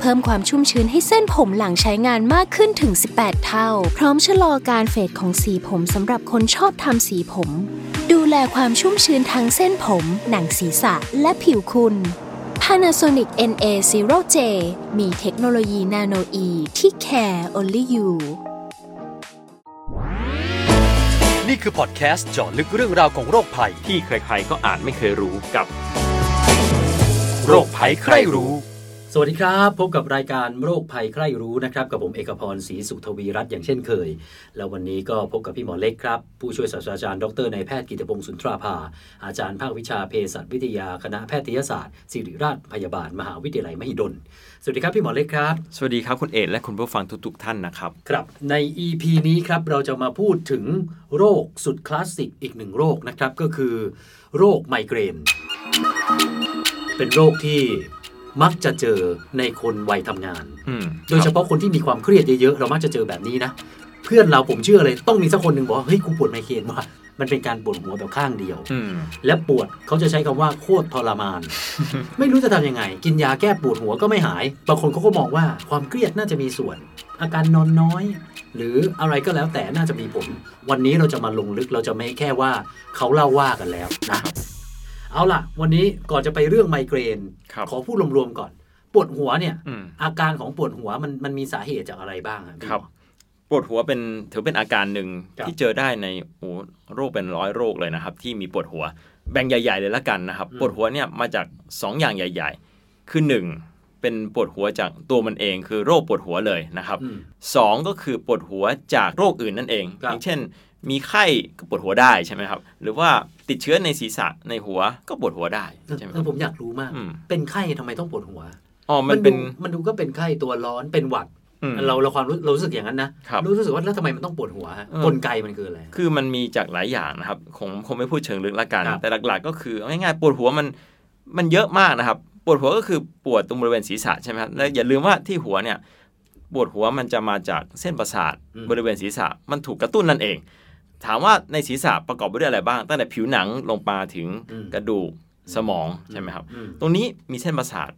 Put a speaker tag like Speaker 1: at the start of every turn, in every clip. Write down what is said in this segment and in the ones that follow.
Speaker 1: เพิ่มความชุ่มชื้นให้เส้นผมหลังใช้งานมากขึ้นถึง 18 เท่า พร้อมชะลอการเฟดของสีผมสำหรับคนชอบทำสีผม ดูแลความชุ่มชื้นทั้งเส้นผม หนังศีรษะและผิวคุณ Panasonic NA0J มีเทคโนโลยีนาโนอีที่ care only you
Speaker 2: นี่คือพอดแคสต์เจาะลึกเรื่องราวของโรคภัย
Speaker 3: ที่ใครๆก็อ่านไม่เคยรู้กับ
Speaker 2: โรคภัยใครรู้
Speaker 4: สวัสดีครับ พบกับรายการโรคภัยใคร่รู้นะครับ กับผมเอกพรศรีสุขทวีรัตน์อย่างเช่นเคย แล้ววันนี้ก็พบกับพี่หมอเล็กครับ ผู้ช่วยศาสตราจารย์ดรนายแพทย์กิตติพงศ์สุนทราภา อาจารย์ภาควิชาเภสัชวิทยาคณะแพทยศาสตร์ ศิริราชพยาบาล มหาวิทยาลัยมหิดล สวัสดีครับพี่หมอเล็กครับ
Speaker 3: สวัสดีครับคุณเอกและคุณผู้ฟังทุกๆท่านนะครับ
Speaker 4: ครับใน EP นี้ครับเราจะมาพูดถึงโรคสุดคลาสสิกอีกหนึ่งโรคนะครับ ก็คือโรคไมเกรน เป็นโรคที่มักจะเจอในคนวัยทำงาน
Speaker 3: อืม
Speaker 4: โดยเฉ
Speaker 3: ครับ
Speaker 4: พาะคนที่มีความเครียดเยอะๆ เรามักจะเจอแบบนี้นะ เพื่อนเราผมเชื่อเลยต้องมีสักคนหนึ่งบอกว่าเฮ้ยกูปวดไมเกรนว่ะมันเป็นการปวดหัวแบบข้างเดียว
Speaker 3: อืม
Speaker 4: และปวดเขาจะใช้คำว่าโคตรทรมาน ไม่รู้จะทำยังไง กินยาแก้ปวดหัวก็ไม่หาย บางคนเขาก็มองว่าความเครียดน่าจะมีส่วน อาการนอนน้อย หรืออะไรก็แล้วแต่น่าจะมีผล วันนี้เราจะมาลงลึกเราจะไม่แค่ว่าเขาเล่าว่ากันแล้วนะเอาล่ะ วันนี้ก่อนจะไปเรื่องไมเกรน
Speaker 3: ครับ
Speaker 4: ขอพูดรวมๆก่อน ปวดหัวเนี่ย
Speaker 3: อืม
Speaker 4: อาการของปวดหัวมันมันมีสาเหตุจากอะไรบ้างอะพี่
Speaker 3: ครับ
Speaker 4: หมอ
Speaker 3: ปวดหัวเป็นถือเป็นอาการหนึ่ง
Speaker 4: ครับ
Speaker 3: ที่เจอได้ในโอ้โรคเป็นร้อยโรคเลยนะครับ ที่มีปวดหัวแบ่งใหญ่ ๆ เลยละกันนะครับ ปวดหัวเนี่ยมาจาก 2 อย่างใหญ่ ๆ คือ 1 เป็นปวดหัวจากตัวมันเอง คือโรคปวดหัวเลยนะครับ
Speaker 4: อืม
Speaker 3: สองก็คือปวดหัวจากโรคอื่นนั่นเอง
Speaker 4: ครั
Speaker 3: อบ ย่างเช่น มีไข้ก็ปวดหัวได้ใช่ไหมครับ หรือว่าติดเชื้อในศีรษะในหัวก็ปวดหัวได้ใช่ไหม
Speaker 4: เอ
Speaker 3: ครั
Speaker 4: อบ ผมอยากรู้มาก
Speaker 3: อืม
Speaker 4: เป็นไข้ทำไมต้องปวดหัว
Speaker 3: อ๋อมันเป็น
Speaker 4: ดูมันดูก็เป็นไข้ตัวร้อนเป็นหวัด
Speaker 3: อืม
Speaker 4: เราเราความรู้เรารู้สึกอย่างนั้นนะครับ รู้สึกว่าแล้วทำไมมันต้องปวดหัวฮะ
Speaker 3: เออ
Speaker 4: กลไกมันคืออะไร
Speaker 3: คือมันมีจากหลายอย่างนะครับคงคงไม่พูดเชิงลึกละกัน
Speaker 4: ครับ
Speaker 3: แต่หลักๆ ก็คือเอาง่ายๆ ปวดหัวมันมันเยอะมากนะครับ ปวดหัวก็คือปวดตรงบริเวณศีรษะใช่ไหมครับและอย่าลืมว่าที่หัวเนี่ยปวดหัวมันจะมาจากเส้นประสาท
Speaker 4: อืม
Speaker 3: บริเวณศีรษะมันถูกกระตุ้นนั่นเอง ถามว่าในศีรษะประกอบไปด้วยอะไรบ้าง ตั้งแต่ผิวหนังลงมาถึงกระดูกสมองใช่ไหมครับ
Speaker 4: อืม
Speaker 3: ตรงนี้มีเส้นประสาท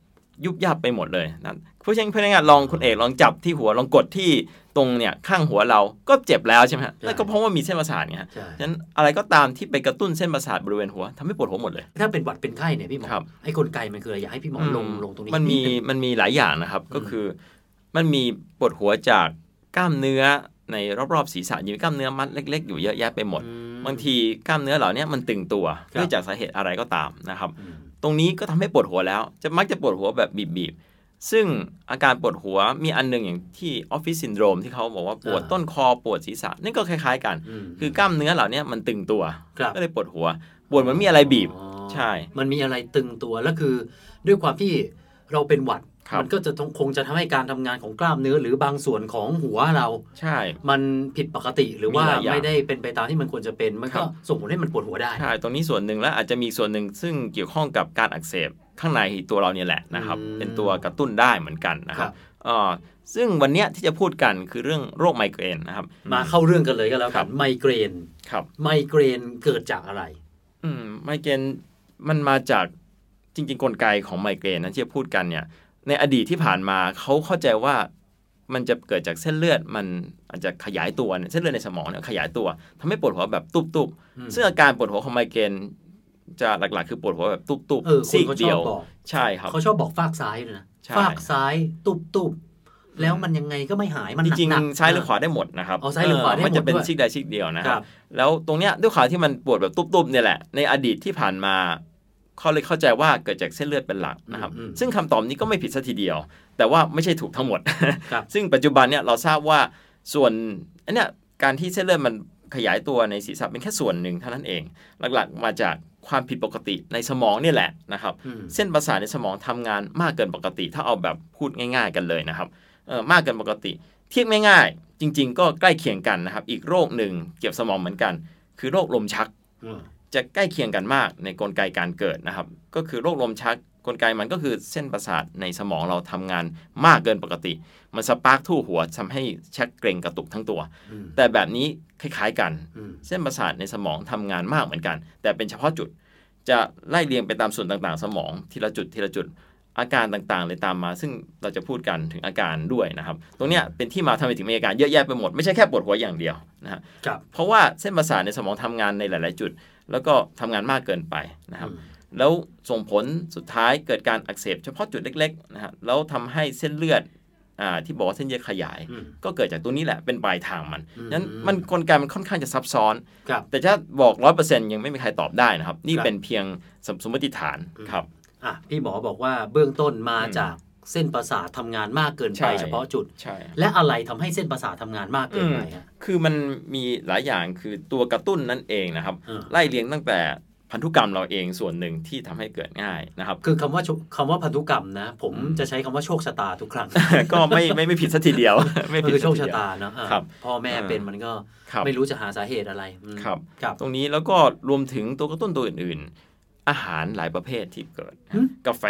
Speaker 3: ยุบยับไปหมดเลยนะผู้เชี่ยวชาญงานลองคุณเอกลองจับที่หัวลองกดที่ตรงเนี่ยข้างหัวเราก็เจ็บแล้วใช่ไหมฮะนั่นก็เพราะว่ามีเส้นประสาทไงฮะ
Speaker 4: ใช่
Speaker 3: ฉะนั้นอะไรก็ตามที่ไปกระตุ้นเส้นประสาทบริเวณหัวทำให้ปวดหัวหมดเลย
Speaker 4: ถ้าเป็นหวัดเป็นไข้เนี่ยพี่หมอ
Speaker 3: ครับ
Speaker 4: ไอ้กลไกมันคืออะไรอยากให้พี่หมอลงลงตรงนี้
Speaker 3: มันมี
Speaker 4: ดง
Speaker 3: มันมีหลายอย่างนะครับก็
Speaker 4: อืม
Speaker 3: คือมันมีปวดหัวจากกล้ามเนื้อในรอบๆศีรษะยังมีกล้ามเนื้อมัดเล็ก ๆ อยู่เยอะแยะไปหมด
Speaker 4: อืม
Speaker 3: บางทีกล้ามเนื้อเหล่าเนี้ยมันตึงตัว
Speaker 4: ครับ
Speaker 3: เนื่องจากสาเหตุอะไรก็ตามนะครับ
Speaker 4: อืม
Speaker 3: ตรงนี้ก็ทำให้ปวดหัวแล้ว จะมักจะปวดหัวแบบบีบๆ ซึ่งอาการปวดหัวมีอันหนึงอย่างที่ออฟฟิศซินโดรมที่เขาบอกว่าปวดต้นคอปวดศีรษะนั่นก็คล้ายๆกัน
Speaker 4: ม
Speaker 3: คือกล้ามเนื้อเหล่านี้มันตึงตัว
Speaker 4: ครับ
Speaker 3: ก็เลยปวดหัว ปวดเหมือนมีอะไรบีบ
Speaker 4: อ๋อ
Speaker 3: ใช่
Speaker 4: มันมีอะไรตึงตัวแล้วคือ ด้วยความที่เราเป็นหวัด
Speaker 3: ครับ
Speaker 4: มัก็จะต้องคงจะทำให้การทำงานของกล้ามเนื้อหรือบางส่วนของหัวเรา
Speaker 3: ใช่
Speaker 4: มันผิดปกติหรือว่า
Speaker 3: หลายอย่าง
Speaker 4: ไม่ได้เป็นไปตามที่มันควรจะเป็น มัน
Speaker 3: ครั
Speaker 4: ก็
Speaker 3: บ
Speaker 4: ส่งผลให้มันปวดหัวได้
Speaker 3: ใช่ตรงนี้ส่วนหนึ่งและอาจจะมีอีกส่วนหนึ่งซึ่งเกี่ยวข้องกับการอักเสบข้างในตัวเราเนี่ยแหละนะครับ
Speaker 4: อืม
Speaker 3: เป็นตัวกระตุ้นได้เหมือนกันนะค
Speaker 4: ค
Speaker 3: รั
Speaker 4: รับ บ
Speaker 3: เอ่อซึ่งวันเนี้ยที่จะพูดกันคือเรื่องโรคไมเกรนนะครับ
Speaker 4: มาเข้าเรื่องกันเลยก็แล้ว
Speaker 3: ครั
Speaker 4: กับ นไมเกรน
Speaker 3: ครับ
Speaker 4: ไมเกรนเกิดจากอะไร
Speaker 3: อืมไมเกรนมันมาจากจริง ๆ กลไกของไมเกรนนะที่จะพูดกันเนี่ย ในอดีตที่ผ่านมาเขาเข้าใจว่ามันจะเกิดจากเส้นเลือดมันอาจจะขยายตัวเนี่ยเส้นเลือดในสมองเนี่ยขยายตัวทำให้ปวดหัวแบบตุบ
Speaker 4: อืม
Speaker 3: ๆซึ่งอาการปวดหัวของไมเกรนจะหลักๆ คือปวดหัวแบบตุบ
Speaker 4: เออค
Speaker 3: ๆซี
Speaker 4: น
Speaker 3: ก
Speaker 4: เขาช
Speaker 3: เดี
Speaker 4: อย บ
Speaker 3: ว
Speaker 4: บอก
Speaker 3: ใช่ครับ
Speaker 4: เขาชอบบอกฟากซ้ายด้วยนะ
Speaker 3: ใช่
Speaker 4: ฟากซ้ายตุบตุบแล้วมันยังไงก็ไม่หายมัน
Speaker 3: จ
Speaker 4: หนัก
Speaker 3: ริง
Speaker 4: หนัก
Speaker 3: ๆซ้ายหรือขวาได้หมดนะครับ
Speaker 4: อ๋อซ้ายหรือขวาได้หมด
Speaker 3: นจะเป็น
Speaker 4: ด้วย
Speaker 3: ซีกใดซีกเดียวนะค
Speaker 4: ครั
Speaker 3: รับบ แล้วตรงเนี้ยด้วยขาวที่มันปวดแบบตุบๆเนี่ยแหละในอดีตที่ผ่านมาเขาเลยเข้าใจว่าเกิดจากเส้นเลือดเป็นหลักนะครับ
Speaker 4: อืมอืม
Speaker 3: ซึ่งคำตอบนี้ก็ไม่ผิดซะทีเดียว แต่ว่าไม่ใช่ถูกทั้งหมด
Speaker 4: ครับ
Speaker 3: ซึ่งปัจจุบันเนี่ยเราทราบว่าส่วนอันเนี้ยการที่เส้นเลือดมันขยายตัวในศีรษะเป็นแค่ส่วนหนึ่งเท่านั้นเอง หลักๆ มาจากความผิดปกติในสมองเนี่ยแหละนะครับ
Speaker 4: อืม
Speaker 3: เส้นประสาทในสมองทำงานมากเกินปกติ ถ้าเอาแบบพูดง่ายๆกันเลยนะครับเออมากเกินปกติ เทียบง่ายๆ จริง ๆ ก็ใกล้เคียงกันนะครับ อีกโรคหนึ่งเกี่ยวสมองเหมือนกัน คือโรคลมชัก
Speaker 4: อืม
Speaker 3: จะใกล้เคียงกันมากในกลไกการเกิดนะครับ ก็คือโรคลมชักกลไกมันก็คือเส้นประสาทในสมองเราทำงานมากเกินปกติ มันสปาร์กทั่วหัวทำให้ชักเกร็งกระตุกทั้งตัว
Speaker 4: อืม
Speaker 3: แต่แบบนี้คล้ายๆกัน
Speaker 4: อืม
Speaker 3: เส้นประสาทในสมองทำงานมากเหมือนกัน แต่เป็นเฉพาะจุด จะไล่เรียงไปตามส่วนต่างๆ สมองทีละจุดทีละจุด อาการต่างๆเลยตามมา ซึ่งเราจะพูดกันถึงอาการด้วยนะครับ ตรงเนี้ยเป็นที่มาทำไมถึงมีอาการเยอะแยะไปหมด ไม่ใช่แค่ปวดหัวอย่างเดียวนะฮะ
Speaker 4: ครับ
Speaker 3: เพราะว่าเส้นประสาทในสมองทำงานในหลาย ๆ จุด แล้วก็ทำงานมากเกินไปนะครับ แล้วส่งผลสุดท้ายเกิดการอักเสบเฉพาะจุดเล็ก ๆ นะฮะ แล้วทำให้เส้นเลือดอ่าที่บอกว่าเส้นเยือขยาย
Speaker 4: อืม
Speaker 3: ก็เกิดจากตัวนี้แหละเป็นปลายทางมัน
Speaker 4: อืม
Speaker 3: นั้นมันกลไกมันค่อนข้างจะซับซ้อน
Speaker 4: ครับ
Speaker 3: แต่ถ้าบอกร้อยเปอร์เซ็นยังไม่มีใครตอบได้นะครับ นี่
Speaker 4: ครับ
Speaker 3: เป็นเพียงสมสมมติฐานครับ
Speaker 4: อ่ะพี่หมอบอกว่าเบื้องต้นมาจากเส้นประสาททำงานมากเกิน
Speaker 3: ใช่
Speaker 4: ไปเฉพาะจุด
Speaker 3: ใช่
Speaker 4: และอะไรทำให้เส้นประสาททำงานมากเกินไปฮะ
Speaker 3: คือมันมีหลายอย่างคือตัวกระตุ้นนั่นเองนะครับ
Speaker 4: เออ
Speaker 3: ไล่เลียงตั้งแต่พันธุกรรมเราเองส่วนหนึ่งที่ทำให้เกิดง่ายนะครับ
Speaker 4: คือคำว่าโชคคำว่าพันธุกรรมนะ ผม
Speaker 3: อืม
Speaker 4: จะใช้คำว่าโชคชะตาทุกครั้ง
Speaker 3: ก็ไม่ไม่ไม่ผิดสักทีเดียว ไม่
Speaker 4: มัน
Speaker 3: ผิด
Speaker 4: คือ
Speaker 3: สั
Speaker 4: โช
Speaker 3: ก
Speaker 4: ค
Speaker 3: ที
Speaker 4: ชะ
Speaker 3: เดียว
Speaker 4: ตาเนาะอ่ะ
Speaker 3: ครับ
Speaker 4: พ่อแม่
Speaker 3: เออ
Speaker 4: เป็นมันก็
Speaker 3: ครับ
Speaker 4: ไม่รู้จะหาสาเหตุอะไรอืม
Speaker 3: ครับ
Speaker 4: ครับ
Speaker 3: ตรงนี้แล้วก็รวมถึงตัวกระตุ้นตัวอื่นๆ อาหารหลายประเภทที่เกิดนะ
Speaker 4: หึ
Speaker 3: กาแฟ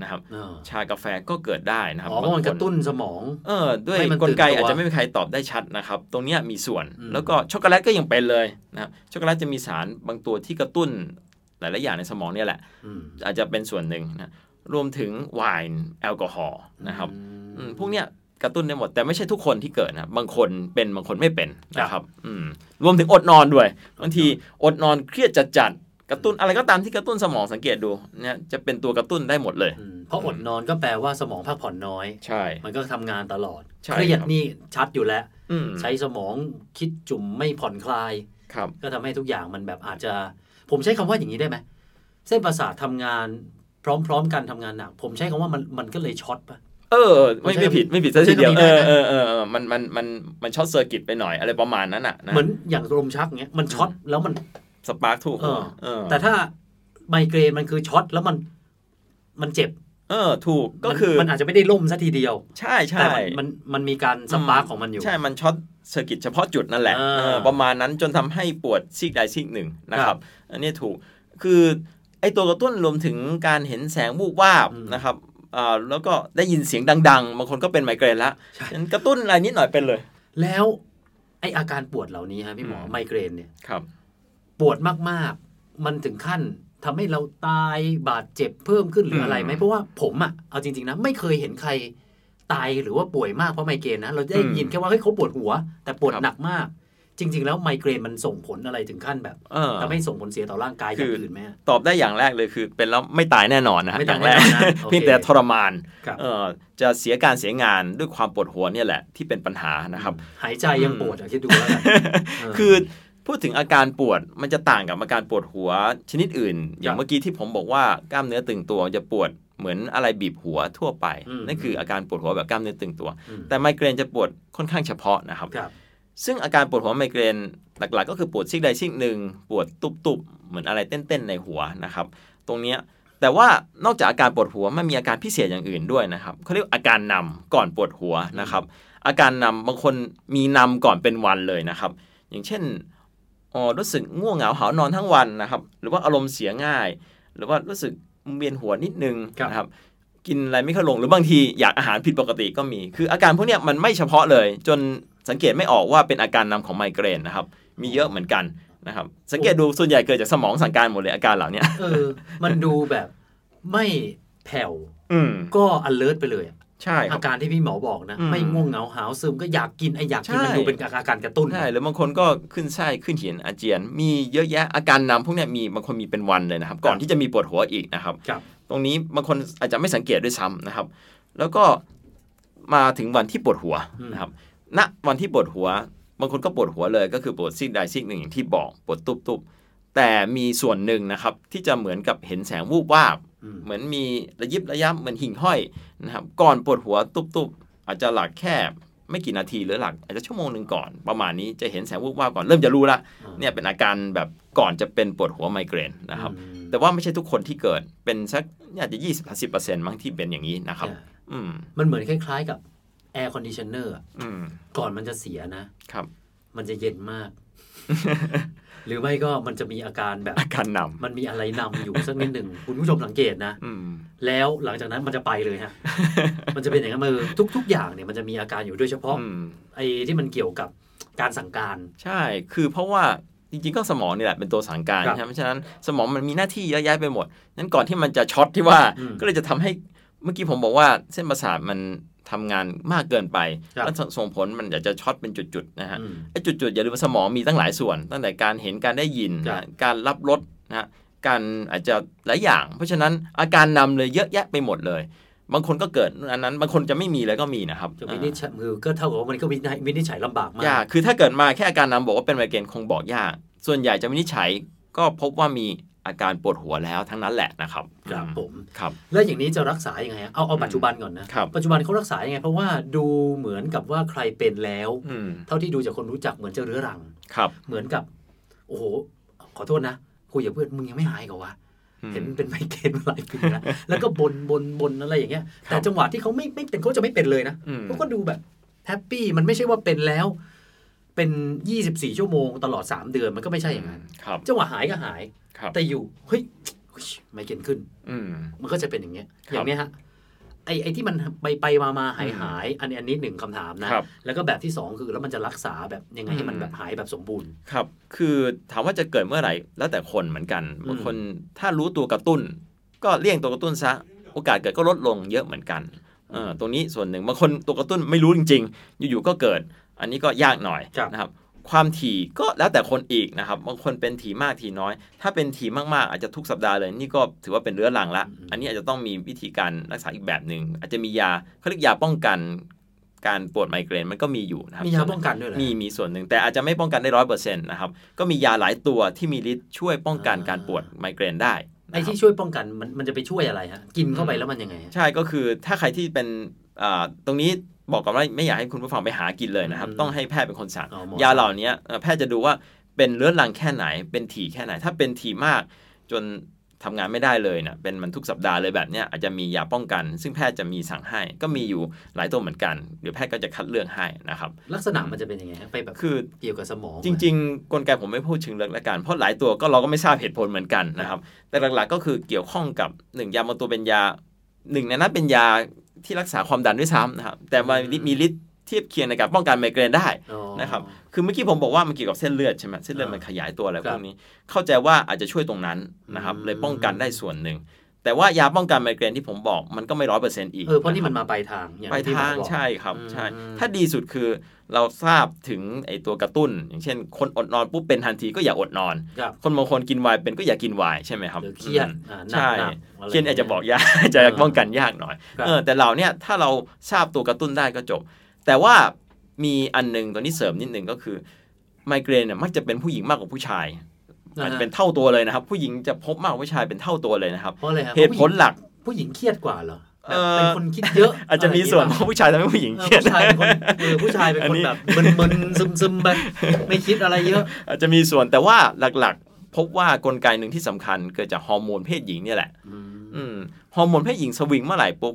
Speaker 3: นะครับ
Speaker 4: เออ
Speaker 3: ชากาแฟก็เกิดได้นะครับ
Speaker 4: อ๋อเพราะมัน
Speaker 3: บางค
Speaker 4: กระตุ้นสมอง
Speaker 3: เออด้วย
Speaker 4: ให้มัน
Speaker 3: กลไก
Speaker 4: ตื่นตัว
Speaker 3: อาจจะไม่มีใครตอบได้ชัดนะครับ ตรงเนี้ยมีส่วน
Speaker 4: อืม
Speaker 3: แล้วก็ช็อกโกแลตก็ยังเป็นเลยนะครับช็อกโกแลตจะมีสารบางตัวที่กระตุ้นหลาย ๆ อย่างในสมองเนี่ยแหละ
Speaker 4: อืม
Speaker 3: อาจจะเป็นส่วนหนึ่งนะรวมถึงไวน์แอลกอฮอล์นะครับอืมพวกเนี้ยกระตุ้นได้หมด แต่ไม่ใช่ทุกคนที่เกิดนะบางคนเป็นบางคนไม่เป็นนะครับอืมรวมถึงอดนอนด้วยบางทีอดนอนเครียดจัดจัดๆกระตุ้นอะไรก็ตามที่กระตุ้นสมองสังเกตดูเนี่ยจะเป็นตัวกระตุ้นได้หมดเลย
Speaker 4: อืมเพราะอดนอนก็แปลว่าสมองพักผ่อนน้อย
Speaker 3: ใช่
Speaker 4: มันก็ทำงานตลอด
Speaker 3: ใช่
Speaker 4: เครียด
Speaker 3: ครับ
Speaker 4: นี่ชัดอยู่แล้ว
Speaker 3: อืม
Speaker 4: ใช้สมองคิดจุ่มไม่ผ่อนคลาย
Speaker 3: ครับ
Speaker 4: ก็ทำให้ทุกอย่างมันแบบอาจจะ ผมใช้คำว่าอย่างนี้ได้ไหมเส้นประสาททำงานพร้อม ๆ กันทำงานหนัก ผมใช้คำว่ามันมันก็เลยช็อตปะ
Speaker 3: เออไม่
Speaker 4: ใช่
Speaker 3: ไม่ผิดไม่ผิดซะทีเดีย
Speaker 4: ใช่ตร
Speaker 3: วเอ
Speaker 4: งนี้
Speaker 3: อ
Speaker 4: ได้นะ
Speaker 3: เออเออเออมันมันมันมันช็อตเซอร์กิตไปหน่อยอะไรประมาณนั้นอ่ะนะ
Speaker 4: เหมือนอย่างลมชักเงี้ยมันช็อตแล้วมัน
Speaker 3: สปาร์กถูก
Speaker 4: เออ
Speaker 3: เออ
Speaker 4: แต่ถ้าไมเกรนมันคือช็อตแล้วมันมันเจ็บ
Speaker 3: เออถูกก็
Speaker 4: มัน
Speaker 3: คือ
Speaker 4: มันอาจจะไม่ได้ล่มซะทีเดียว
Speaker 3: ใช่ใช่
Speaker 4: แต่มันมันมันมีการสปาร์กของมันอยู่
Speaker 3: ใช่มันช็อตเซอร์กิตเฉพาะจุดนั่นแหละ
Speaker 4: อ่า
Speaker 3: เออประมาณนั้นจนทำให้ปวดซีกใดซีกหนึ่งนะค
Speaker 4: ครั
Speaker 3: รับบ อันนี้ถูกคือไอตัวกระตุ้นรวมถึงการเห็นแสงวูบวาบ
Speaker 4: อืม
Speaker 3: นะครับอ่าแล้วก็ได้ยินเสียงดัง ๆ บางคนก็เป็นไมเกรนละฉะนั้นกระตุ้นอะไรนิดหน่อยเป็นเลย
Speaker 4: แล้วไออาการปวดเหล่านี้ฮะพี่หมอไมเกรนเนี่ย
Speaker 3: ครับ
Speaker 4: ปวดมากๆ มันถึงขั้นทำให้เราตายบาดเจ็บเพิ่มขึ้นหรืออะไรไหม
Speaker 3: อืม
Speaker 4: เพราะว่าผมอะเอาจริงๆนะไม่เคยเห็นใครตายหรือว่าป่วยมากเพราะไมเกรนนะเราได้ยิน
Speaker 3: อืม
Speaker 4: แค่ว่าเฮ้ยเขาปวดหัว แต่ปวด
Speaker 3: ครับ
Speaker 4: หนักมาก จริง ๆ แล้วไมเกรนมันส่งผลอะไรถึงขั้นแบบ
Speaker 3: เออ
Speaker 4: ทำให้ส่งผลเสียต่อร่างกายอย่าง
Speaker 3: คืออื่
Speaker 4: อื่นไหมฮะ
Speaker 3: ตอบได้อย่างแรกเลยคือเป็นแล้วไม่ตายแน่นอนนะฮะ
Speaker 4: ไม่
Speaker 3: อ
Speaker 4: ตา
Speaker 3: ย่าย งแรก
Speaker 4: แน่นอนนะโอเค
Speaker 3: เพียงแต่ทรมาน
Speaker 4: ครับ
Speaker 3: เออจะเสียการเสียงานด้วยความปวดหัวเนี่ยแหละที่เป็นปัญหานะครับ
Speaker 4: หายใจยังปวดอะคิดดูแล้วกันเ
Speaker 3: คือพูดถึงอาการปวดมันจะต่างกับอาการปวดหัวชนิดอื่น อย่างเมื่อกี้ที่ผมบอกว่ากล้ามเนื้อตึงตัวจะปวดเหมือนอะไรบีบหัวทั่วไป
Speaker 4: อืม
Speaker 3: นั่นคืออาการปวดหัวแบบกล้ามเนื้อตึงตัว
Speaker 4: ม
Speaker 3: แต่ไมเกรนจะปวดค่อนข้างเฉพาะนะครับ
Speaker 4: ครับ
Speaker 3: ซึ่งอาการปวดหัวไมเกรนหลักๆ ก็คือปวดซีกใดซีกหนึ่งปวดตุบๆ เหมือนอะไรเต้นๆในหัวนะครับ ตรงเนี้ยแต่ว่านอกจากอาการปวดหัวมันมีอาการพิเศษอย่างอื่นด้วยนะครับเขาเรียกว่าอาการนำก่อนปวดหัวนะครับ อาการนำบางคนมีนำก่อนเป็นวันเลยนะครับ อย่างเช่นอ๋อรู้สึกง่วงเหงาหาวนอนทั้งวันนะครับ หรือว่าอารมณ์เสียง่าย หรือว่ารู้สึกเวียนหัวนิดนึง
Speaker 4: ครับ
Speaker 3: นะครับ กินอะไรไม่เข้าลงหรือบางทีอยากอาหารผิดปกติก็มี คืออาการพวกเนี้ยมันไม่เฉพาะเลย จนสังเกตไม่ออกว่าเป็นอาการนำของไมเกรนนะครับ มีเยอะเหมือนกันนะครับ สังเกตดูส่วนใหญ่เกิดจากสมองสั่งการหมดเลยอาการเหล่าเนี้ย
Speaker 4: เออ มันดูแบบไม่แผ่ว
Speaker 3: อืม
Speaker 4: ก็ alert ไปเลยอะ
Speaker 3: ใช่ครั
Speaker 4: อา
Speaker 3: บ
Speaker 4: การที่พี่หมอบอกนะ
Speaker 3: อืม
Speaker 4: ไม่ง่วงเหงาหาวซึมก็อยากกินไออยากกิน
Speaker 3: ใช่
Speaker 4: มันดูเป็นอาการกระตุ้น
Speaker 3: ใช่หรือบางคนก็ขึ้นไส้ขึ้นเหียนอาเจียน มีเยอะแยะอาการนำพวกเนี้ยมีบางคนมีเป็นวันเลยนะครับ ก่อนที่จะมีปวดหัวอีกนะครับ
Speaker 4: ครับ
Speaker 3: ตรงนี้บางคนอาจจะไม่สังเกตด้วยซ้ำนะครับ แล้วก็มาถึงวันที่ปวดหัวนะครับ ณ วันที่ปวดหัว บางคนก็ปวดหัวเลยก็คือปวดซีกใดซีกหนึ่งอย่างที่บอกปวดตุบๆ แต่มีส่วนหนึ่งนะครับ ที่จะเหมือนกับเห็นแสงวูบวาบ
Speaker 4: อืม
Speaker 3: เหมือนมีระยิบระยับเหมือนหิ่งห้อยนะครับ ก่อนปวดหัวตุบๆ อาจจะหลักแค่ไม่กี่นาทีหรือหลัก อาจจะชั่วโมงหนึ่งก่อน ประมาณนี้จะเห็นแสงวูบวาบก่อนเริ่มจะรู้ละเนี่ยเป็นอาการแบบก่อนจะเป็นปวดหัวไมเกรนนะครับ
Speaker 4: อืม
Speaker 3: แต่ว่าไม่ใช่ทุกคนที่เกิดเป็นสักอาจจะยี่สิบสิบเปอร์เซ็นต์มั้งที่เป็นอย่างนี้นะครับ
Speaker 4: เนี่ย
Speaker 3: อืม
Speaker 4: มันเหมือนคล้ายๆกับแอร์คอนดิชเนอร์
Speaker 3: อืม
Speaker 4: ก่อนมันจะเสียนะ
Speaker 3: ครับ
Speaker 4: มันจะเย็นมาก หรือไม่ก็มันจะมีอาการแบบ
Speaker 3: อาการหน
Speaker 4: มันมีอะไรนำอยู่สักนิดหนึ่ง คุณผู้ชมสังเกตนะ
Speaker 3: ำอืม
Speaker 4: แล้วหลังจากนั้นมันจะไปเลยฮะ มันจะเป็นอย่างนั้นมาเลยทุก ๆ อย่างเนี่ยมันจะมีอาการอยู่โดยเฉพาะ
Speaker 3: อืม
Speaker 4: ไอ้ที่มันเกี่ยวกับการสั่งการ
Speaker 3: ใช่ คือเพราะว่าจริงๆ ก็สมองนี่แหละเป็นตัวสั่งการ
Speaker 4: ครับ
Speaker 3: ใช่ไหมฉะนั้นสมองมันมีหน้าที่เยอะแยะไปหมด นั้นก่อนที่มันจะช็อตที่ว่า
Speaker 4: อืม
Speaker 3: ก็เลยจะทำให้เมื่อกี้ผมบอกว่าเส้นประสาทมันทำงานมากเกินไป
Speaker 4: ครับ
Speaker 3: แล้วส่งผลมันอยากจะช็อตเป็นจุดๆนะฮะ
Speaker 4: อืม
Speaker 3: ไอ้จุดๆอย่าลืมว่าสมองมีตั้งหลายส่วน ตั้งแต่การเห็นการได้ยิน
Speaker 4: ครับ
Speaker 3: นะการรับรสนะการอาจจะหลายอย่าง เพราะฉะนั้นอาการนำเลยเยอะแยะไปหมดเลย บางคนก็เกิดอันนั้นบางคนจะไม่มีเลยก็มีนะครับ
Speaker 4: จะวินิจฉัยมือก็เท่ากับว่ามันก็วินิจฉัยวินิจฉัยลำบากมาย
Speaker 3: าก กคือถ้าเกิดมาแค่อาการนำบอกว่าเป็นไมเกรนคงบอกยาก ส่วนใหญ่จะวินิจฉัยก็พบว่ามีอาการปวดหัวแล้วทั้งนั้นแหละนะครับ
Speaker 4: ครับผม
Speaker 3: ครับ
Speaker 4: แล้วอย่างนี้จะรักษายังไงอะเอาเอาปัจจุบันก่อนนะ
Speaker 3: ครับ
Speaker 4: ปัจจุบันเขารักษายังไง เพราะว่าดูเหมือนกับว่าใครเป็นแล้ว
Speaker 3: อืม
Speaker 4: เท่าที่ดูจากคนรู้จักเหมือนจะเรื้อรัง
Speaker 3: ครับ
Speaker 4: เหมือนกับ โอ้โห ขอโทษนะคุยกับเพื่อนมึงยังไม่หายอีกเหรอวะ
Speaker 3: อืม
Speaker 4: เห็นเป็นไมเกรนมาหลายปี แล้ว แล้วก็บนบนบนอะไรอย่างเงี้ย แต่จังหวะที่เขาไม่ไม่เป็นเขาจะไม่เป็นเลยนะ
Speaker 3: อืม
Speaker 4: เขาก็ดูแบบแฮปปี้ มันไม่ใช่ว่าเป็นแล้ว เป็น 24 ชั่วโมงตลอด 3 เดือนมันก็ไม่ใช่อย่างนั้น
Speaker 3: ครับ
Speaker 4: จังหวะหายก็หาย
Speaker 3: ครับ
Speaker 4: แต่อยู่ เฮ้ยเฮ้ยไมเกรนขึ้น
Speaker 3: อืม
Speaker 4: มันก็จะเป็นอย่างเงี้ย
Speaker 3: ครับ
Speaker 4: อย่างเนี้ยฮะ ไอไอที่มันไปไปมามาหายหาย อันนี้อันนี้หนึ่งคำถามนะ
Speaker 3: ครับ
Speaker 4: แล้วก็แบบที่สองคือแล้วมันจะรักษาแบบยังไงให้มัน
Speaker 3: อืม
Speaker 4: แบบหายแบบสมบูรณ์
Speaker 3: ครับ คือถามว่าจะเกิดเมื่อไหร่ แล้วแต่คนเหมือนกัน
Speaker 4: อืม
Speaker 3: บางคนถ้ารู้ตัวกระตุ้น ก็เลี่ยงตัวกระตุ้นซะ โอกาสเกิดก็ลดลงเยอะเหมือนกันเออตรงนี้ส่วนหนึ่ง บางคนตัวกระตุ้นไม่รู้จริง ๆ อยู่ๆ ก็เกิด อันนี้ก็ยากหน่อย
Speaker 4: ครับ
Speaker 3: นะครับ ความถี่ก็แล้วแต่คนอีกนะครับ บางคนเป็นถี่มากถี่น้อย ถ้าเป็นถี่มากๆ อาจจะทุกสัปดาห์เลย นี่ก็ถือว่าเป็นเรื้อรังละ อันนี้อาจจะต้องมีวิธีการรักษาอีกแบบหนึ่ง อาจจะมียาเขาเรียกยาป้องกันการปวดไมเกรนมันก็มีอยู่นะครับ
Speaker 4: มียาป้องกันด้วยเหรอ
Speaker 3: มีมีส่วนหนึ่งแต่อาจจะไม่ป้องกันได้ร้อยเปอร์เซ็นต์นะครับ ก็มียาหลายตัวที่มีฤทธิ์ช่วยป้องกัน
Speaker 4: อ่า
Speaker 3: การปวดไมเกรนได้
Speaker 4: ไอที่
Speaker 3: นะครับ
Speaker 4: ช่วยป้องกันมันมันจะไปช่วยอะไรฮะ กินเข้าไปแล้วมันยังไงฮะ
Speaker 3: ใช่ก็คือถ้าใครที่เป็นอ่าตรงนี้บอกก่อนว่าไม่อยากให้คุณผู้ฟังไปหากินเลยนะครับ
Speaker 4: อืม
Speaker 3: ต้องให้แพทย์เป็นคนสั่ง
Speaker 4: อ๋อหมอ
Speaker 3: ยาเหล่านี้เอ่อแพทย์จะดูว่าเป็นเลื้อนลังแค่ไหน เป็นถี่แค่ไหน ถ้าเป็นถี่มากจนทำงานไม่ได้เลยนะเป็นมันทุกสัปดาห์เลยแบบเนี้ยอาจจะมียาป้องกัน ซึ่งแพทย์จะมีสั่งให้ ก็มีอยู่หลายตัวเหมือนกันเดี๋ยวแพทย์ก็จะคัดเลือกให้นะครับ
Speaker 4: ลักษณะมันจะเป็นยังไงฮะ ไปแบบ
Speaker 3: คือ
Speaker 4: เกี่ยวกับสมอง
Speaker 3: จริงๆ กลไกผมไม่พูดเชิงลึกละกันเพราะหลายตัวก็เราก็ไม่ทราบเหตุผลเหมือนกันนะครับ แต่หลักๆก็คือเกี่ยวข้องกับหนึ่งยาบางตัวเป็นยาหนึ่งในนั้นเป็นยาที่รักษาความดันด้วยซ้ำนะครับแต่มันมีฤทธิ์เทียบเคียงในการป้องกันไมเกรนได้
Speaker 4: ๆอ๋อ
Speaker 3: นะครับ คือเมื่อกี้ผมบอกว่ามันเกี่ยวกับเส้นเลือดใช่ไหมเส้นเลือด
Speaker 4: อ่ามั
Speaker 3: มันขยายตัวอะไร
Speaker 4: ครั
Speaker 3: พ
Speaker 4: บ
Speaker 3: วกนี้ เข้าใจว่าอาจจะช่วยตรงนั้นนะครับ
Speaker 4: อืม
Speaker 3: เลยป้องกันได้ส่วนหนึ่ง แต่ว่ายาป้องกันไมเกรนที่ผมบอกมันก็ไม่ร้อยเปอร์เซ็นต์อีก
Speaker 4: เออเพราะนี่
Speaker 3: คบ
Speaker 4: มันมาปลายทางอย่
Speaker 3: ไปลาย
Speaker 4: ที่หมอ
Speaker 3: ทาง
Speaker 4: บอก
Speaker 3: ใช่ครับใช่
Speaker 4: อืม
Speaker 3: ถ้าดีสุดคือเราทราบถึงไอตัวกระตุ้น อย่างเช่น คนอดนอนปุ๊บเป็นทันทีก็อย่าอดนอน
Speaker 4: ครับ
Speaker 3: คนบางคนกินไวน์เป็นก็อย่ากินไวน์ใช่ไหมครับ
Speaker 4: หรือเครียด
Speaker 3: อืม
Speaker 4: อ่า
Speaker 3: ใช่
Speaker 4: หนักๆไร
Speaker 3: เครียดอาจจะบอกย าก จะ
Speaker 4: เออ
Speaker 3: ป้องกันยากหน่อย
Speaker 4: ครับ
Speaker 3: เออแต่เราเนี่ยถ้าเราทราบตัวกระตุ้นได้ก็จบ แต่ว่ามีอันหนึงตัวนี้เสริมนิดหนึงก็คือไมเกรนเนี่ยมักจะเป็นผู้หญิงมากกว่าผู้ชายอาจจะเป็นเท่าตัวเลยนะครับ ผู้หญิงจะพบมากกว่าผู้ชายเป็นเท่าตัวเลยนะครับ
Speaker 4: เพราะอะไรฮะ
Speaker 3: เหตุผลหลัก
Speaker 4: ผู้หญิงเครียดกว่าเหรอแบบ
Speaker 3: เอ่อ
Speaker 4: เป็นคนคิดเยอะ
Speaker 3: อาจจะมีส่วน
Speaker 4: อ
Speaker 3: เพราะผู้ชายทำให้ผู้หญิง
Speaker 4: ะ
Speaker 3: เค
Speaker 4: ไร
Speaker 3: รีย
Speaker 4: อ
Speaker 3: ด
Speaker 4: ย่างงี้ป่ะเออผู้ชายเป็นคนเออผู้ชายเป็น
Speaker 3: อัน
Speaker 4: คน
Speaker 3: นี้
Speaker 4: แบบมึนๆซึมๆไปไม่คิดอะไรเยอะ
Speaker 3: อาจจะมีส่วนแต่ว่าหลักๆ พบว่ากลไกหนึ่งที่สำคัญเกิดจากฮอร์โมนเพศหญิงเนี่ยแหละอืมฮอร์โมนเพศหญิงสวิงเมื่อไหร่ปุ๊บ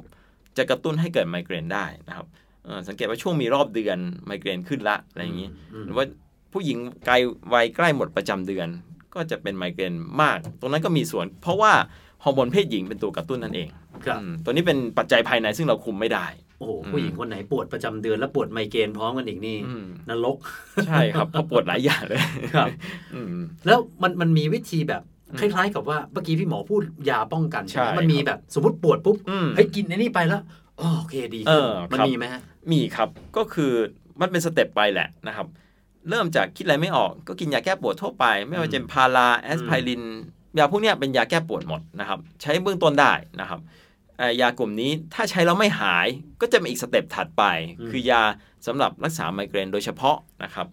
Speaker 3: จะกระตุ้นให้เกิดไมเกรนได้นะครับเอ่อสังเกตว่าช่วงมีรอบเดือนไมเกรนขึ้นละอะไรอย่างนี้
Speaker 4: อืม
Speaker 3: หรือว่าผู้หญิงไกลวัยใกล้หมดประจำเดือน ก็จะเป็นไมเกรนมาก ตรงนั้นก็มีส่วน เพราะว่าฮอร์โมนเพศหญิงเป็นตัวกระตุ้นนั่นเอง
Speaker 4: ครับ
Speaker 3: อืมตัวนี้เป็นปัจจัยภายในซึ่งเราคุมไม่ได้
Speaker 4: โอ้โหผู้หญิงคนไหนปวดประจำเดือนแล้วปวดไมเกรนพร้อมกันอีกนี่
Speaker 3: อืม
Speaker 4: นรก
Speaker 3: ใช่ครับเพราะปวดหลายอย่างเลย
Speaker 4: ครับ
Speaker 3: อืม
Speaker 4: แล้วมันมันมีวิธีแบบคล้ายๆ กับว่าเมื่อกี้พี่หมอพูดยาป้องกัน
Speaker 3: ใช่
Speaker 4: ใช่ไหมมันมีแบบสมมติปวดปุ๊บ
Speaker 3: อืม
Speaker 4: เฮ้ยกินไอ้นี่ไปแล้วอ๋อโอเคดี
Speaker 3: เอ
Speaker 4: ขึ้นมั
Speaker 3: อ
Speaker 4: น
Speaker 3: ครับ
Speaker 4: มีไหมฮะ
Speaker 3: มีครับ ก็คือมันเป็นสเต็ปไปแหละนะครับ เริ่มจากคิดอะไรไม่ออก ก็กินยาแก้ปวดทั่วไป ไม่ว่าจะเป็นพาราแอสไพรินยาพวกเนี้ยเป็นยาแก้ปวดหมดนะครับ ใช้เบื้องต้นได้นะครับเอ่อยากลุ่มนี้ถ้าใช้แล้วไม่หายก็จะมีอีกสเต็ปถัดไป
Speaker 4: อืม
Speaker 3: คือยาสำหรับรักษาไมเกรนโดยเฉพาะนะครับ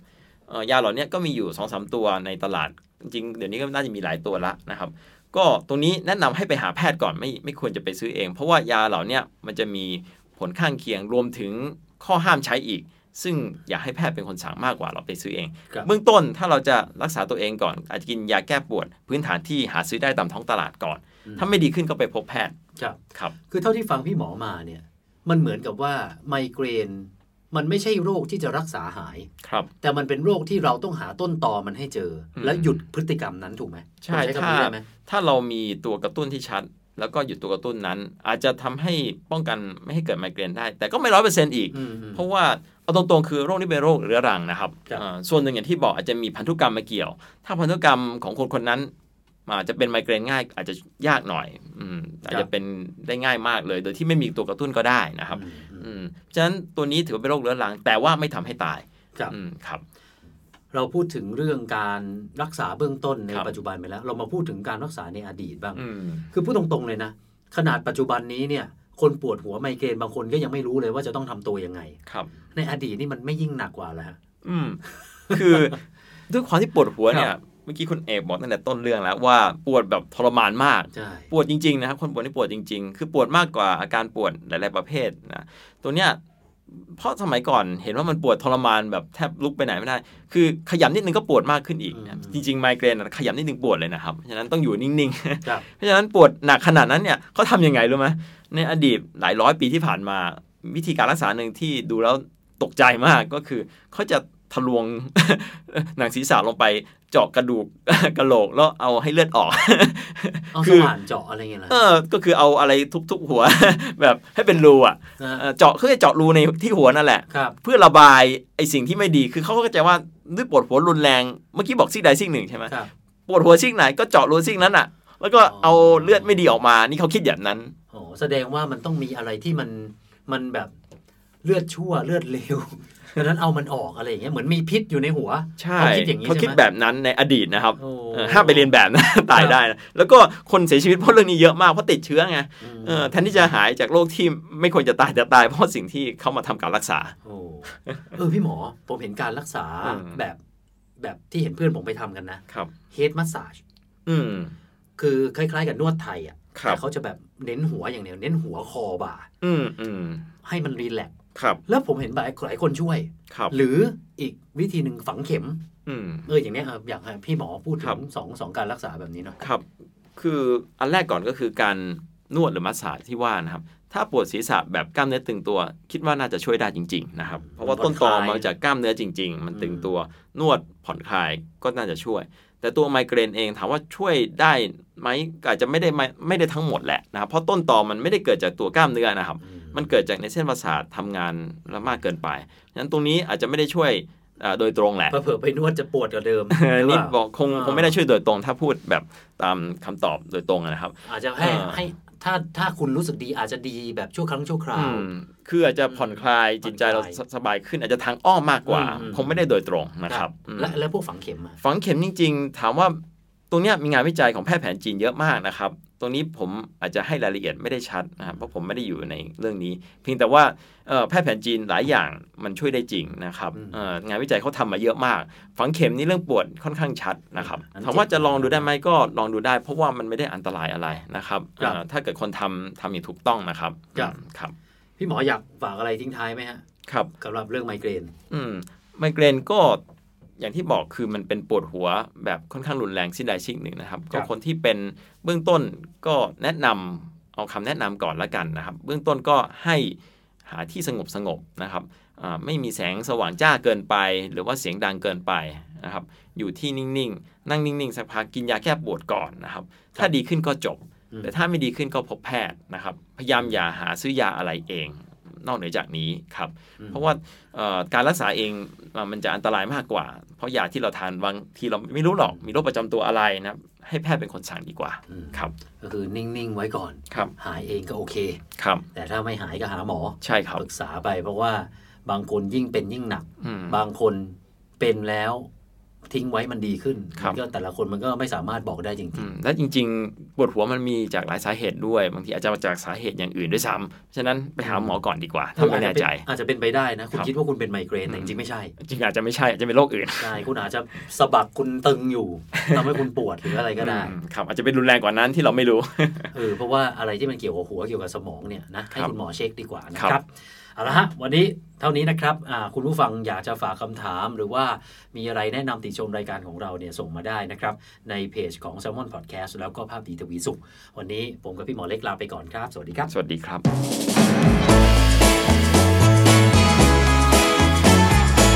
Speaker 3: เอ่อยาเหล่าเนี้ยก็มีอยู่2อสตัวในตลาด จริงๆเดี๋ยวนี้ก็น่าจะมีหลายตัวละนะครับ ก็ตรงนี้แนะนำให้ไปหาแพทย์ก่อนไม่ไม่ควรจะไปซื้อเอง เพราะว่ายาเหล่าเนี้ยมันจะมีผลข้างเคียงรวมถึงข้อห้ามใช้อีก ซึ่งอยากให้แพทย์เป็นคนสั่งมากกว่าเราไปซื้อเอง
Speaker 4: ครับ
Speaker 3: เบื้องต้นถ้าเราจะรักษาตัวเองก่อน อาจจะกินยาแก้ปวด พื้นฐานที่หาซื้อได้ตามท้องตลาดก่อน ถ้าไม่ดีขึ้นก็ไปพบแพทย์
Speaker 4: ครับ
Speaker 3: ครับ
Speaker 4: คือเท่าที่ฟังพี่หมอมาเนี่ย มันเหมือนกับว่าไมเกรน ไม มันไม่ใช่โรคที่จะรักษาหาย
Speaker 3: ครับ
Speaker 4: แต่มันเป็นโรคที่เราต้องหาต้นตอมันให้เจอ
Speaker 3: อืม
Speaker 4: และหยุดพฤติกรรมนั้นถูกไหม
Speaker 3: ใช่
Speaker 4: ผมคำ
Speaker 3: ถ้า
Speaker 4: นี้ได้ไหม
Speaker 3: ถ้าเรามีตัวกระตุ้นที่ชัด แล้วก็หยุดตัวกระตุ้นนั้น อาจจะทำให้ป้องกันไม่ให้เกิดไมเกรนได้ แต่ก็ไม่ร้อยเปอร์เซ็นต์อีก
Speaker 4: อืมอืม
Speaker 3: เพราะว่าเอาตรงๆคือโรคนี้เป็นโรคเรื้อรังนะครับ
Speaker 4: ครับ
Speaker 3: อ่าส่วนหนึ่งอย่างที่บอกอาจจะมีพันธุกรรมมาเกี่ยว ถ้าพันธุกรรมของคนคนนั้นอาจจะเป็นไมเกรนง่าย อาจจะยากหน่อยอืมอาจจะเป็นได้ง่ายมากเลย โดยที่ไม่มีตัวกระตุ้นก็ได้นะครับ
Speaker 4: อืมอืม
Speaker 3: อืมฉะนั้นตัวนี้ถือว่าเป็นโรคเรื้อรัง แต่ว่าไม่ทำให้ตาย
Speaker 4: ครับ
Speaker 3: อืมครับ
Speaker 4: เราพูดถึงเรื่องการรักษาเบื้องต้นใน
Speaker 3: ครับ
Speaker 4: ปัจจุบันไปแล้ว เรามาพูดถึงการรักษาในอดีตบ้าง
Speaker 3: อืม
Speaker 4: คือพูดตรงๆเลยนะ ขนาดปัจจุบันนี้เนี่ย คนปวดหัวไมเกรนบางคนก็ยังไม่รู้เลยว่าจะต้องทำตัวยังไง
Speaker 3: ครับ
Speaker 4: ในอดีตนี่มันไม่ยิ่งหนักกว่าแล้วฮะ
Speaker 3: อืม คือ ด้วยความที่ปวดหัว
Speaker 4: ค
Speaker 3: เนี่ย
Speaker 4: รับ
Speaker 3: เมื่อกี้คุณเอกบอกตั้งแต่ต้นเรื่องแล้วว่าปวดแบบทรมานมาก
Speaker 4: ใช่
Speaker 3: ปวดจริงๆนะครับคนปวดที่ปวดจริง ๆ คือปวดมากกว่าอาการปวดหลาย ๆประเภทนะตัวเนี้ยเพราะสมัยก่อนเห็นว่ามันปวดทรมานแบบแทบลุกไปไหนไม่ได้ คือขยำนิดนึงก็ปวดมากขึ้นอีกนะ
Speaker 4: อืม
Speaker 3: จริงๆไมเกรนอะขยำนิดนึงปวดเลยนะครับเพราะฉะนั้นต้องอยู่นิ่ง
Speaker 4: ครับ
Speaker 3: ๆ เพราะฉะนั้นปวดหนักขนาดนั้นเนี่ยเขาทำยังไงรู้ไหมในอดีตหลายร้อยปีที่ผ่านมา วิธีการรักษาหนึ่งที่ดูแล้วตกใจมากก็คือเขาจะทะลวง หนังศีรษะลงไปเจาะกระดูก กระโหลกแล้วเอาให้เลือดออก
Speaker 4: เอา
Speaker 3: คื
Speaker 4: ส
Speaker 3: อ
Speaker 4: ว่านเจาะอะไรเงี้ยนะ
Speaker 3: เออ ก็คือเอาอะไรทุบๆหัว แบบให้เป็นรูอ่ะเออเจาะคือจะเจาะรูในที่หัวนั่นแหละ
Speaker 4: ครับ
Speaker 3: เพื่อระบายไอสิ่งที่ไม่ดี คือเขาก็เข้าใจว่าด้วยปวดหัวรุนแรง เมื่อกี้บอกซีกใดซีกหนึ่งใช่ไหม
Speaker 4: ครับ
Speaker 3: ปวดหัวซีกไหนก็เจาะรูซีกนั้นอ่ะ แล้วก็เอา
Speaker 4: อ๋อ
Speaker 3: เลือดไม่ดีออกมา นี่เขาคิดแบบนั้น
Speaker 4: โอ้แสดงว่ามันต้องมีอะไรที่มันมันแบบเลือดชั่วเลือดเลว ดังนั้นเอามันออกอะไรอย่างเงี้ยเหมือนมีพิษอยู่ในหัว
Speaker 3: ใช่
Speaker 4: เขาคิดอย่างนี้
Speaker 3: เขา
Speaker 4: ใช่
Speaker 3: คิด
Speaker 4: ไหม
Speaker 3: แบบนั้นในอดีตนะครับ
Speaker 4: โอ้
Speaker 3: เออห้ามไปเรียนแบบนะ ตายได้นะแล้วก็คนเสียชีวิตเพราะเรื่องนี้เยอะมากเพราะติดเชื้อไง
Speaker 4: ม
Speaker 3: เออแทนที่จะหายจากโรคที่ไม่ควรจะตายแต่ตายเพราะสิ่งที่เขามาทำการรักษา
Speaker 4: โอ้เออพี่หมอ ผมเห็นการรักษา
Speaker 3: อืม
Speaker 4: แบบแบบที่เห็นเพื่อนผมไปทำกันนะครับ เฮดมัสซาจ
Speaker 3: อืม
Speaker 4: คือคล้ายๆกับนวดไทยอ่ะ
Speaker 3: ครับ
Speaker 4: แต่เขาจะแบบเน้นหัวอย่างเดียวเน้นหัวคอบ่า
Speaker 3: อืมอืม
Speaker 4: ให้มันรีแลกซ์
Speaker 3: ครับ
Speaker 4: แล้วผมเห็นหลายหลายคนช่วย
Speaker 3: ครับ
Speaker 4: หรืออีกวิธีหนึ่งฝังเข็ม
Speaker 3: อืม
Speaker 4: เอออย่างเนี้ยเอออยากให้พี่หมอพูดถึ
Speaker 3: ครับ
Speaker 4: งสองสองการรักษาแบบนี้เนาะ
Speaker 3: ครับ คืออันแรกก่อนก็คือการนวดหรือมัสสาจที่ว่านะครับ ถ้าปวดศีรษะแบบกล้ามเนื้อตึงตัว คิดว่าน่าจะช่วยได้จริง ๆ นะครับ เพราะว่าต้นตอมาจากกล้ามเนื้อจริง ๆ มันตึงตัว นวดผ่อนคลายก็น่าจะช่วย แต่ตัวไมเกรนเองถามว่าช่วยได้ไหมก็อาจจะไม่ได้ไม่ไม่ได้ทั้งหมดแหละนะครับ เพราะต้นตอมันไม่ได้เกิดจากตัวกล้ามเนื้อนะครับ มันเกิดจากในเส้นประสาททำงานแล้วมากเกินไปฉะนั้นตรงนี้อาจจะไม่ได้ช่วยเอ่อโดยตรงแหละ
Speaker 4: เผื่อๆไปนวดจะปวดกว่าเดิม
Speaker 3: อั น
Speaker 4: หรื
Speaker 3: นี้
Speaker 4: เปล่า
Speaker 3: บอกคง
Speaker 4: อ่า
Speaker 3: คงไม่ได้ช่วยโดยตรงถ้าพูดแบบตามคำตอบโดยตรงอะนะครับ
Speaker 4: อาจจะให้
Speaker 3: เออ
Speaker 4: ให้ถ้าถ้าคุณรู้สึกดีอาจจะดีแบบชั่วครั้งชั่วคราว
Speaker 3: อืมคืออาจจะผ่อนคลายจิตใจเรา
Speaker 4: ผ่อนคลาย
Speaker 3: สบายขึ้นอาจจะทางอ้อมมากกว่า
Speaker 4: อืม
Speaker 3: คงไม่ได้โดยตรงนะครับอืม
Speaker 4: และและพวกฝังเข็มอะ
Speaker 3: ฝังเข็มจริง ๆ ถามว่าตรงเนี้ยมีงานวิจัยของแพทย์แผนจีนเยอะมากนะครับ ตรงนี้ผมอาจจะให้รายละเอียดไม่ได้ชัดนะครับเพราะผมไม่ได้อยู่ในเรื่องนี้ เพียงแต่ว่าเอ่อแพทย์แผนจีนหลายอย่างมันช่วยได้จริงนะครับเอ่องานวิจัยเขาทำมาเยอะมาก ฝังเข็มนี่เรื่องปวดค่อนข้างชัดนะครับถามว่าจะลองดูได้ไหม ไม่ก็ลองดูได้เพราะว่ามันไม่ได้อันตรายอะไรนะครับ
Speaker 4: ครับ
Speaker 3: เอ่อถ้าเกิดคนทำทำอย่างถูกต้องนะครับ
Speaker 4: ครับ
Speaker 3: อืมครับ
Speaker 4: พี่หมออยากฝากอะไรทิ้งท้ายไหมฮะ
Speaker 3: ครับ
Speaker 4: สำหรับเรื่องไมเกรน
Speaker 3: อืมไมเกรนก็อย่างที่บอกคือมันเป็นปวดหัวแบบค่อนข้างรุนแรงสิ้นใดชิ้นหนึ่งนะครับ ก็คนที่เป็นเบื้องต้นก็แนะนำเอาคำแนะนำก่อนละกันนะครับ เบื้องต้นก็ให้หาที่สงบสงบๆนะครับอ่าไม่มีแสงสว่างจ้าเกินไป หรือว่าเสียงดังเกินไปนะครับ อยู่ที่นิ่งๆ นั่งนิ่งๆสักพักกินยาแก้ปวดก่อนนะครับ ถ้าดีขึ้นก็จบ
Speaker 4: อืม
Speaker 3: แต่ถ้าไม่ดีขึ้นก็พบแพทย์นะครับ พยายามอย่าหาซื้อยาอะไรเอง นอกเหนือจากนี้ครับ เพราะว่าเอ่อการรักษาเองอ่ะมันจะอันตรายมากกว่า เพราะยาที่เราทานบางทีเราไม่รู้หรอกมีโรคประจำตัวอะไรนะครับให้แพทย์เป็นคนสั่งดีกว่า
Speaker 4: อืม
Speaker 3: ครับ
Speaker 4: ก็คือนิ่ง ๆ ไว้ก่อน
Speaker 3: ครับ
Speaker 4: หายเองก็โอเค
Speaker 3: ครับ
Speaker 4: แต่ถ้าไม่หายก็หาหมอ
Speaker 3: ใช่ครับ
Speaker 4: ปรึกษาไปเพราะว่าบางคนยิ่งเป็นยิ่งหนัก
Speaker 3: อืม
Speaker 4: บางคนเป็นแล้วทิ้งไว้มันดีขึ้น
Speaker 3: ครับ
Speaker 4: มันก็แต่ละคนมันก็ไม่สามารถบอกได้จริ
Speaker 3: อื
Speaker 4: ง
Speaker 3: มและจริง ๆ ปวดหัวมันมีจากหลายสาเหตุด้วย บางทีอาจจะมาจากสาเหตุอย่างอื่นด้วยซ้ำฉะนั้นไปหาหมอก่อนดีกว่า
Speaker 4: ๆ
Speaker 3: ถ้าไม่แน่ใจ
Speaker 4: อาจจะเป็นไปได้นะ คุณ
Speaker 3: ครับ
Speaker 4: คิดว่าคุณเป็นไมเกรนแต่จริงๆไม่ใช่
Speaker 3: จริงๆอาจจะไม่ใช่อาจจะเป็นโรคอื่น
Speaker 4: ใช่คุณอาจจะสะบักคุณตึงอยู่ ทำให้คุณปวดหรืออะไรก็ได้
Speaker 3: อืมครับอาจจะเป็นรุนแรงกว่านั้นที่เราไม่รู้
Speaker 4: เออเพราะว่าอะไรที่มันเกี่ยวกับหัวเกี่ยวกับสมองเนี่ยนะให้
Speaker 3: ครับ
Speaker 4: คุณหมอเช็คดีกว่านะค
Speaker 3: ครั
Speaker 4: รับบ เอาละฮะวันนี้เท่านี้นะครับอ่าคุณผู้ฟังอยากจะฝากคำถามหรือว่ามีอะไรแนะนำติชมรายการของเราเนี่ยส่งมาได้นะครับ ในเพจของ s ซ l m o n Podcast แล้วก็ภาพดีทวีสุข วันนี้ผมกับพี่หมอเล็กลาไปก่อนครับ สวัสดีครับ
Speaker 3: สวัสดีครับ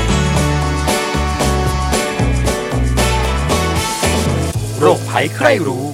Speaker 3: โรคภัยใครรู้